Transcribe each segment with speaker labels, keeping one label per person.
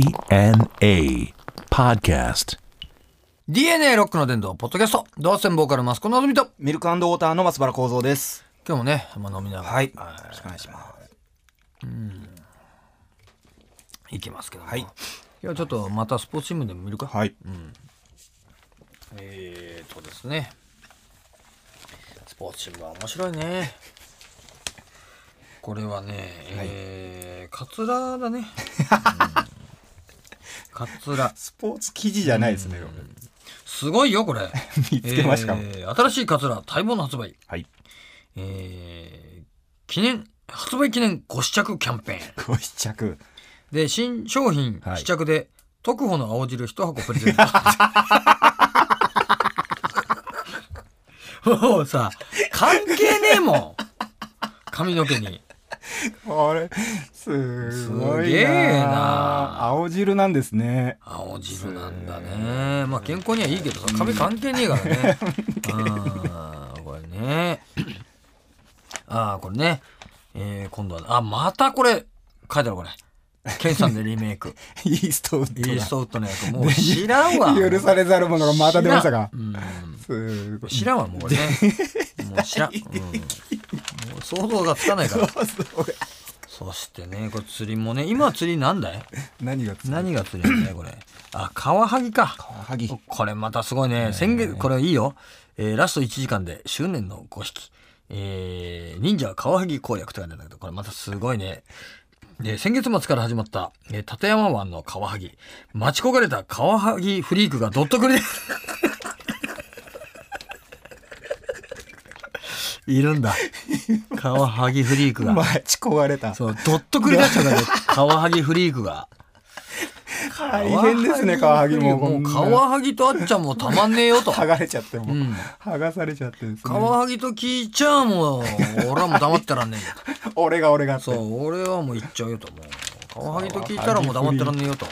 Speaker 1: DNA Podcast.
Speaker 2: DNA ロックの伝道ポッドキャストドアセンボーカルマスコのぞみと
Speaker 3: ミルクウォーターの松原幸三です。
Speaker 2: 今日もね、まあ、飲みながら、
Speaker 3: はい。よろしくお願いします。
Speaker 2: い、きますけども、
Speaker 3: はい
Speaker 2: いやちょっとまたスポーツ新聞でも見るか、
Speaker 3: はい。
Speaker 2: えーとですねスポーツ新聞は面白いねこれはね、えー、カツラだね、 うんカツラ
Speaker 3: スポーツ記事じゃないですね。
Speaker 2: すごいよこれ
Speaker 3: 見つけました
Speaker 2: えー新しいカツラ待望の発売
Speaker 3: はい。
Speaker 2: えー、記念発売記念ご試着キャンペーン
Speaker 3: ご試着。
Speaker 2: で、新商品
Speaker 3: はい
Speaker 2: 試着で、特保の青汁一箱プレゼント。もうさ、関係ねえもん。髪の毛に。
Speaker 3: あれ、すご
Speaker 2: す
Speaker 3: い
Speaker 2: げ
Speaker 3: な
Speaker 2: え
Speaker 3: ー
Speaker 2: な
Speaker 3: 青汁なんですね。
Speaker 2: 青汁なんだね。まあ健康にはいいけどさ、髪関係ねえからね。あーこれね。ああ、これね。えー、今度は、あ、またこれ、書いてあるこれ。ケンさんでリメイク。
Speaker 3: イーストウッ
Speaker 2: イ
Speaker 3: ド
Speaker 2: ー
Speaker 3: だ
Speaker 2: ストウッドのやつ、もう知らんわ。
Speaker 3: 許されざるものがまた出ましたが
Speaker 2: 知。らんうん
Speaker 3: すごい。
Speaker 2: 知らんわもう俺ねもう知 らん、うん、もう想像がつかないからそしてねこれ釣りもね今釣りなんだい
Speaker 3: 何がつく
Speaker 2: 何が釣りなんだいこれあカワハギか
Speaker 3: カワハギ
Speaker 2: これまたすごいね先月これいいよ、えーラスト1時間で執念の5匹えー、忍者カワハギ攻略とかなんだけどこれまたすごいねで先月末から始まった、えー立山湾のカワハギ待ち焦がれたカワハギフリークがどっとくれ いるんだカワハギフリークが
Speaker 3: 待ち焦がれた。
Speaker 2: そうどっとくり出しちゃうからねカワハギフリークが。
Speaker 3: 大変ですね、カワハギも。
Speaker 2: も
Speaker 3: こん
Speaker 2: う
Speaker 3: な
Speaker 2: カワハギとあっちゃんもたまんねえよ と。
Speaker 3: 剥がれちゃって、もう
Speaker 2: うん
Speaker 3: 剥がされちゃってです
Speaker 2: カ
Speaker 3: ね。
Speaker 2: ワハギと聞いちゃうもう、俺はもう黙ってらんねえよと。
Speaker 3: 俺が俺がって。
Speaker 2: そう、俺はもう言っちゃうよと。もう、カワハギと聞いたらもう黙ってらんねえよと。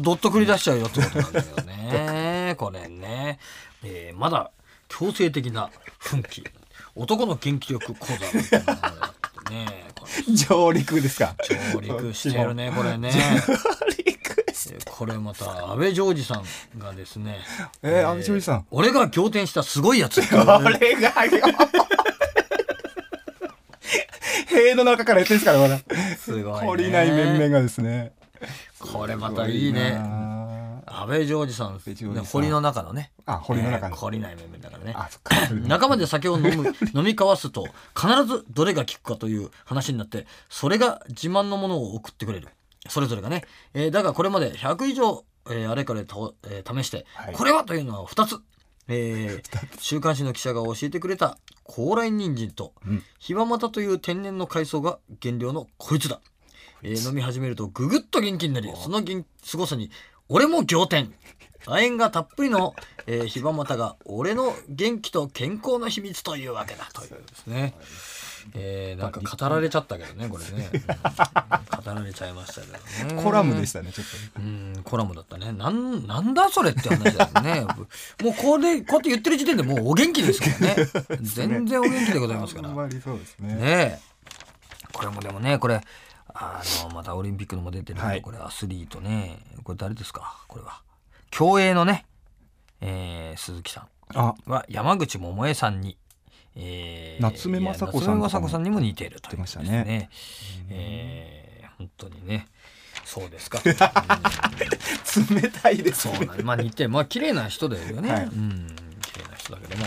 Speaker 2: どっと繰り出しちゃうよってことなんだけどね。これね。えーまだ強制的な奮起。男の元気力講座みたいなのがあってね。これ
Speaker 3: 上陸ですか。
Speaker 2: 上陸してるね、これね。
Speaker 3: 上陸して
Speaker 2: えーこれまた安倍ジョージさんがですね
Speaker 3: えー安倍ジョージさん
Speaker 2: 俺が仰天したすごい やつっていう
Speaker 3: 俺がよ。塀の中からやってんですから、まだ。
Speaker 2: すごいね
Speaker 3: 懲りない面々がですね。
Speaker 2: これまたいいね
Speaker 3: あ
Speaker 2: 安倍ジョージさん
Speaker 3: ジョージさん
Speaker 2: 堀の中のね
Speaker 3: あ堀の中の
Speaker 2: えー懲りない面々だからね
Speaker 3: ーあ、そっか。
Speaker 2: 仲間で酒 を飲む飲み交わすと必ずどれが効くかという話になってそれが自慢のものを送ってくれるそれぞれがね、えーだがこれまで100以上、えーあれからと、えー試して、
Speaker 3: はい
Speaker 2: これはというのは2つ。えー週刊誌の記者が教えてくれた高麗人参とヒバマタという天然の海藻が原料のこいつだ、えー飲み始めるとぐぐっと元気になりその元すごさに俺も仰天亜鉛がたっぷりの、えー、ヒバマタが俺の元気と健康の秘密というわけだというですね。えー、なんか語られちゃったけどねこれね、うん語られちゃいましたけどね
Speaker 3: コラムでしたね、ちょっと。
Speaker 2: うんコラムだったねなんなんだそれって話だよね もうこうでこうやって言ってる時点でもうお元気ですから ね全然お元気でございますから
Speaker 3: あんまりそうですね。
Speaker 2: ねえこれもでもねこれあのまたオリンピックのも出てるけど、
Speaker 3: はい
Speaker 2: これアスリートねこれ誰ですかこれは競泳のね、えー鈴木さ
Speaker 3: あ、
Speaker 2: んは山口百恵さんに、えー
Speaker 3: 夏目雅子さんとかも
Speaker 2: いや夏目雅子さんにも似ているという
Speaker 3: 出ましたね
Speaker 2: ですえー本当にねそうです かうん
Speaker 3: 冷たいです
Speaker 2: そ
Speaker 3: ね。
Speaker 2: うなんまあ似てまあ綺麗な人だよね、
Speaker 3: はい
Speaker 2: うん綺麗な人だけども、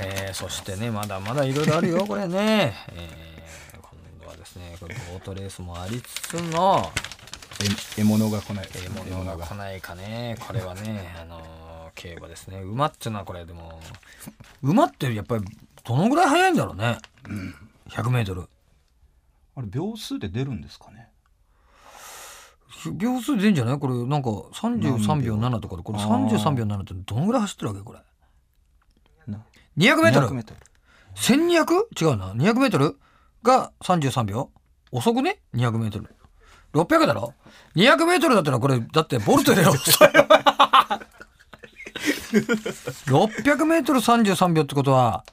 Speaker 2: えーそしてねまだまだいろいろあるよこれね、えー今度はですねこれボートレースもありつつの
Speaker 3: え獲物が来ない。
Speaker 2: 獲物が来ないかねこれはねあのー競馬ですね馬っていうのはこれでも馬ってやっぱりどのぐらい速いんだろうね 100m
Speaker 3: あれ、秒数で出るんですかね。
Speaker 2: 秒数出んじゃないこれなんか33秒7とかでこれ33秒7ってどのぐらい走ってるわけこれ
Speaker 3: な
Speaker 2: 200m
Speaker 3: 200メートル。
Speaker 2: 1200? 違うな。200メートルが33秒遅くね ?200 メートル。600だろ ?200 メートルだったらこれ、だってボルトより遅い。600メートル33秒ってことは、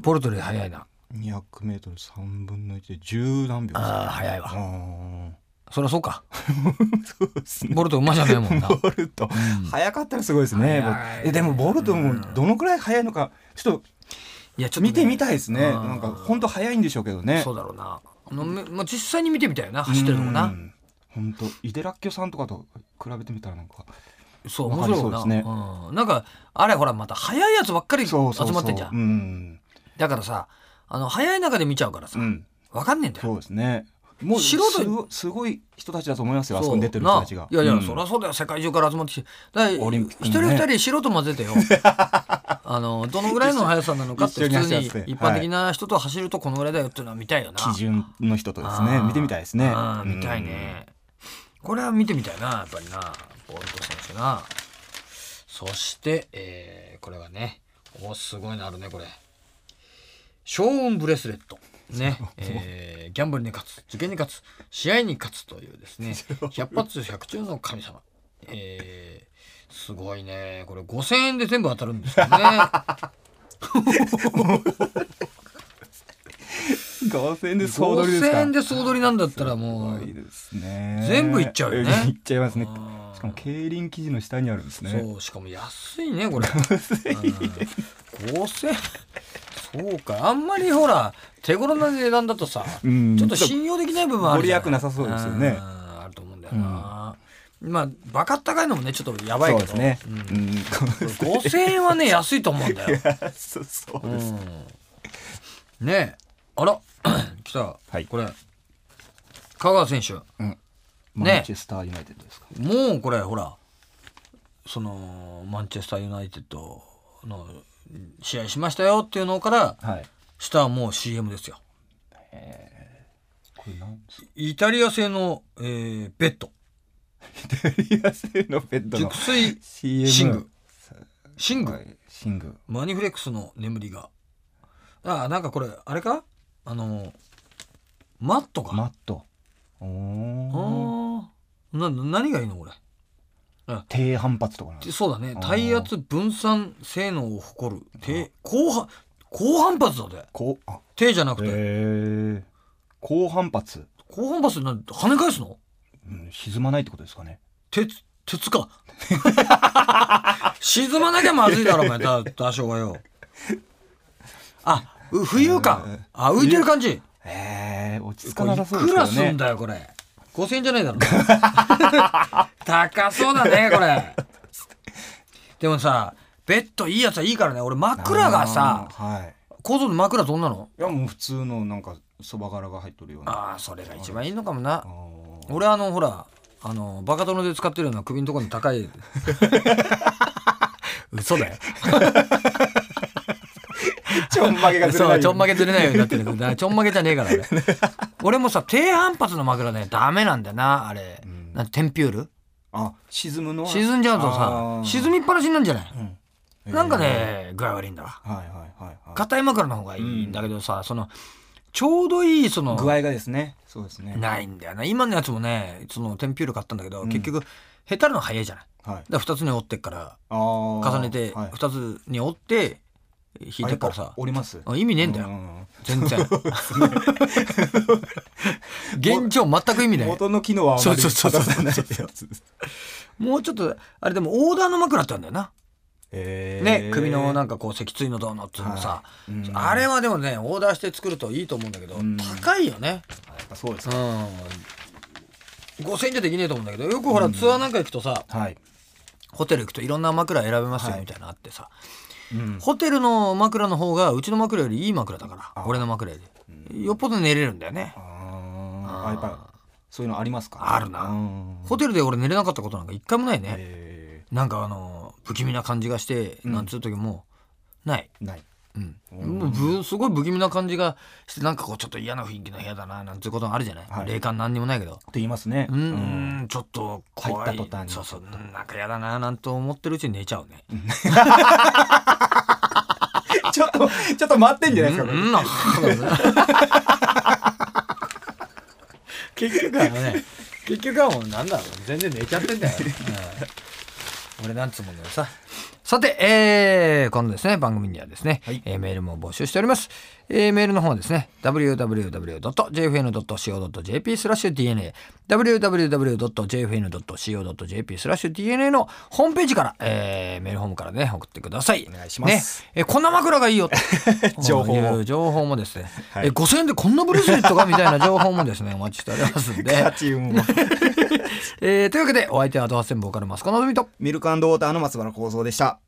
Speaker 2: ボルトより速いな。
Speaker 3: 200メートル3分の1で10何秒ですか
Speaker 2: ああ、速いわ。
Speaker 3: あー
Speaker 2: そりゃそうか。
Speaker 3: そうですね。
Speaker 2: ボルト馬じゃないもんな。
Speaker 3: ボルト、早かったらすごいですね。
Speaker 2: 早い
Speaker 3: えでもボルトもどのくらい早いのか、ちょっ
Speaker 2: いや、ちょ
Speaker 3: と
Speaker 2: っとね、
Speaker 3: 見てみ たいですね。
Speaker 2: あー
Speaker 3: なんか本当早いんでしょうけどね。
Speaker 2: そうだろうな。あの、めまあ、実際に見てみたいよな、走ってるのも
Speaker 3: う
Speaker 2: な。
Speaker 3: ん。本当イデラッキョさんとかと比べてみたらなんか
Speaker 2: そう、
Speaker 3: わ
Speaker 2: 面
Speaker 3: かり
Speaker 2: 白いよな。
Speaker 3: そうですね
Speaker 2: うん。なんか、あれほら、また早いやつばっかり集
Speaker 3: そ
Speaker 2: ま
Speaker 3: うそうそう
Speaker 2: ってんじゃん。
Speaker 3: うん、
Speaker 2: だからさ、あの、早い中で見ちゃうからさ
Speaker 3: う、ん、
Speaker 2: わかんねえんだよ。
Speaker 3: そうですね。もう
Speaker 2: 素
Speaker 3: す
Speaker 2: 人
Speaker 3: ごすごい人たちだと思いますよ。あ
Speaker 2: そう
Speaker 3: そこに出てる人たちが
Speaker 2: な。いやいや、
Speaker 3: うん
Speaker 2: そりゃそうだよ世界中から集まってきてだから
Speaker 3: オリンピック
Speaker 2: 一
Speaker 3: に
Speaker 2: 人
Speaker 3: ね
Speaker 2: 二人素人混ぜ てよあのどのぐらいの速さなのかって
Speaker 3: 一
Speaker 2: 普
Speaker 3: 緒
Speaker 2: 通
Speaker 3: に走ら
Speaker 2: に
Speaker 3: せて
Speaker 2: 一般的な人と走るとこのぐらいだよっていうのは見たいよな
Speaker 3: 基準の人とです
Speaker 2: あ
Speaker 3: ね
Speaker 2: ー
Speaker 3: 見てみたいですね
Speaker 2: あー見たいね、これは見てみたいなやっぱりなボルト選手なそして、えーこれがねおすごいのあるねこれショーン・ブレスレット ね、えーギャンブルに勝つ受験に勝つ試合に勝つというですね百発百中の神様えーすごいねこれ5000円で全部当たるんですよね
Speaker 3: 5000円で 総取りで
Speaker 2: 5000
Speaker 3: すか
Speaker 2: 円で総取りなんだったらもう
Speaker 3: いいですね
Speaker 2: 全部いっちゃうよね
Speaker 3: いっちゃいますね
Speaker 2: あー
Speaker 3: しかも競輪記事の下にあるんですね
Speaker 2: そうしかも安いねこれ5000そうかあんまりほら手頃な値段だとさ、
Speaker 3: うん
Speaker 2: ちょっと信用できない部分あるじゃい
Speaker 3: ご利益なさそうですよね
Speaker 2: んあると思うんだよな、まあバカ高いのもねちょっとやばい
Speaker 3: そう
Speaker 2: け
Speaker 3: で
Speaker 2: ど
Speaker 3: すね
Speaker 2: うん
Speaker 3: うん
Speaker 2: 5000円はね 安いと思うんだ
Speaker 3: い
Speaker 2: よ、
Speaker 3: やそうそう
Speaker 2: う
Speaker 3: ですね
Speaker 2: んねえあら 来た、
Speaker 3: はい
Speaker 2: これ香川選手
Speaker 3: マンチェスターユナイテッドですか
Speaker 2: もうこれほらそのマンチェスターユナイテッドの試合しましたよっていうのから
Speaker 3: はい
Speaker 2: 下はもう CM ですよ
Speaker 3: これなんですか
Speaker 2: イタリア製の、えーベッド
Speaker 3: イタリア製のベッドの
Speaker 2: 熟睡
Speaker 3: CM
Speaker 2: 寝具寝具、
Speaker 3: はい寝具
Speaker 2: マニフレックスの眠りがああなんかこれあれかあのマットか、
Speaker 3: マットおー
Speaker 2: あーな何がいいのこれ
Speaker 3: 低反発とかなんです
Speaker 2: で
Speaker 3: か
Speaker 2: そうだね体圧分散性能を誇る低高反高反発だね
Speaker 3: こうあ
Speaker 2: 低じゃなくて、
Speaker 3: へえ高反発、
Speaker 2: 高反発なんて跳ね返すの
Speaker 3: うん、沈まないってことですかね
Speaker 2: 鉄鉄か 沈まなきゃまずいだろお前だ多少はよあう浮遊感あ浮いてる感じ
Speaker 3: ええ落ち着
Speaker 2: こ
Speaker 3: か
Speaker 2: れ
Speaker 3: ないさそう
Speaker 2: く
Speaker 3: です
Speaker 2: ら
Speaker 3: よ
Speaker 2: す
Speaker 3: ね
Speaker 2: んだよこれ5000円じゃない だろ高そうだねこれでもさベッドいいやつはいいからね俺枕がさ
Speaker 3: あーはい
Speaker 2: 構造の枕どんなの
Speaker 3: いやもう普通のなんかそば殻が入っとるような
Speaker 2: ああそれが一番いいのかもな
Speaker 3: あー
Speaker 2: 俺あのほらあのバカ殿で使ってるような首のところの高い 嘘だよ
Speaker 3: ちょんまげがずれ
Speaker 2: そ
Speaker 3: な
Speaker 2: う
Speaker 3: い
Speaker 2: ちょんま
Speaker 3: げ
Speaker 2: げずれないようになってるだからちょんまげじゃねえ から俺俺もさ低反発の枕ねダメなんだよなあれ、
Speaker 3: ん
Speaker 2: なんてテンピュール
Speaker 3: あ沈むのは
Speaker 2: 沈んじゃうとさ
Speaker 3: あー
Speaker 2: 沈みっぱなしになるんじゃない、
Speaker 3: んえー
Speaker 2: なんかね具合悪いんだわ
Speaker 3: はいはいはいはい
Speaker 2: 硬い枕の方がいいんだけどさ、そのちょうどいいその
Speaker 3: 具合がですねそうですね
Speaker 2: ないんだよな今のやつもねそのテンピュール買ったんだけど、結局下手るの早いじゃない
Speaker 3: はい
Speaker 2: だから2つに折ってっから
Speaker 3: あ重
Speaker 2: 重ねて
Speaker 3: はい
Speaker 2: 2つに折って引いてっから
Speaker 3: あや
Speaker 2: さ
Speaker 3: ぱ折ります
Speaker 2: あ意味ねえんだ
Speaker 3: う
Speaker 2: よ
Speaker 3: ん
Speaker 2: 全然 現状全く意味ない
Speaker 3: 元の機能はあまり
Speaker 2: そうそうそうそう
Speaker 3: 果たさない やつです
Speaker 2: もうちょっとあれでもオーダーの枕ってあるんだよな
Speaker 3: えー
Speaker 2: ね首のなんかこう脊椎のどうのっていうのさ
Speaker 3: はいうん
Speaker 2: あれはでもねオーダーして作るといいと思うんだけど
Speaker 3: うん
Speaker 2: 高いよね
Speaker 3: やっぱそうです
Speaker 2: う
Speaker 3: ね
Speaker 2: ん5000円じゃできねえと思うんだけどよくほらツアーなんか行くとさ
Speaker 3: はい
Speaker 2: ホテル行くといろんな枕選べますよ
Speaker 3: はい
Speaker 2: みたいなのあってさ
Speaker 3: うん
Speaker 2: ホテルの枕の方がうちの枕よりいい枕だから俺の枕よりよっぽど寝れるんだよね
Speaker 3: あーあやっぱそういうのありますか
Speaker 2: あるな
Speaker 3: うん
Speaker 2: ホテルで俺寝れなかったことなんか一回もないね、
Speaker 3: え
Speaker 2: なんかあの不気味な感じがして、なんつう時もない、
Speaker 3: ーない
Speaker 2: うんもうぶすごい不気味な感じがしてなんかこうちょっと嫌な雰囲気の部屋だななんていうことあるじゃない、
Speaker 3: はい
Speaker 2: 霊感なんにもないけど
Speaker 3: って言いますね
Speaker 2: うーん、ん、ちょっと怖い
Speaker 3: 入った途端に
Speaker 2: そうそううんなんか嫌だななんて思ってるうちに寝ちゃうね
Speaker 3: ちょっと、ちょっと待ってんじゃないですか、
Speaker 2: う
Speaker 3: これ
Speaker 2: ん、なん か 結局はね結局はもうなんだろう全然寝ちゃってん だよ、うん俺なんつうもんだよささて、えー、今度ですね番組にはですね、えーメールも募集しております、えーメールの方はですね www.jfn.co.jp スラッシュ DNA www.jfn.co.jp スラッシュ DNA のホームページから、えーメールホームからね送ってください
Speaker 3: お願いします
Speaker 2: ねえーこんな枕がいい よ
Speaker 3: 情報も
Speaker 2: いう情報もですね、
Speaker 3: はい
Speaker 2: えー5000円でこんなブレスレットがみたいな情報もですねお待ちしております んで
Speaker 3: 勝、ち運 も
Speaker 2: えーというわけでお相手はドハセンボーカルマスコのぞみと
Speaker 3: ミルクウォーターの松原幸三でした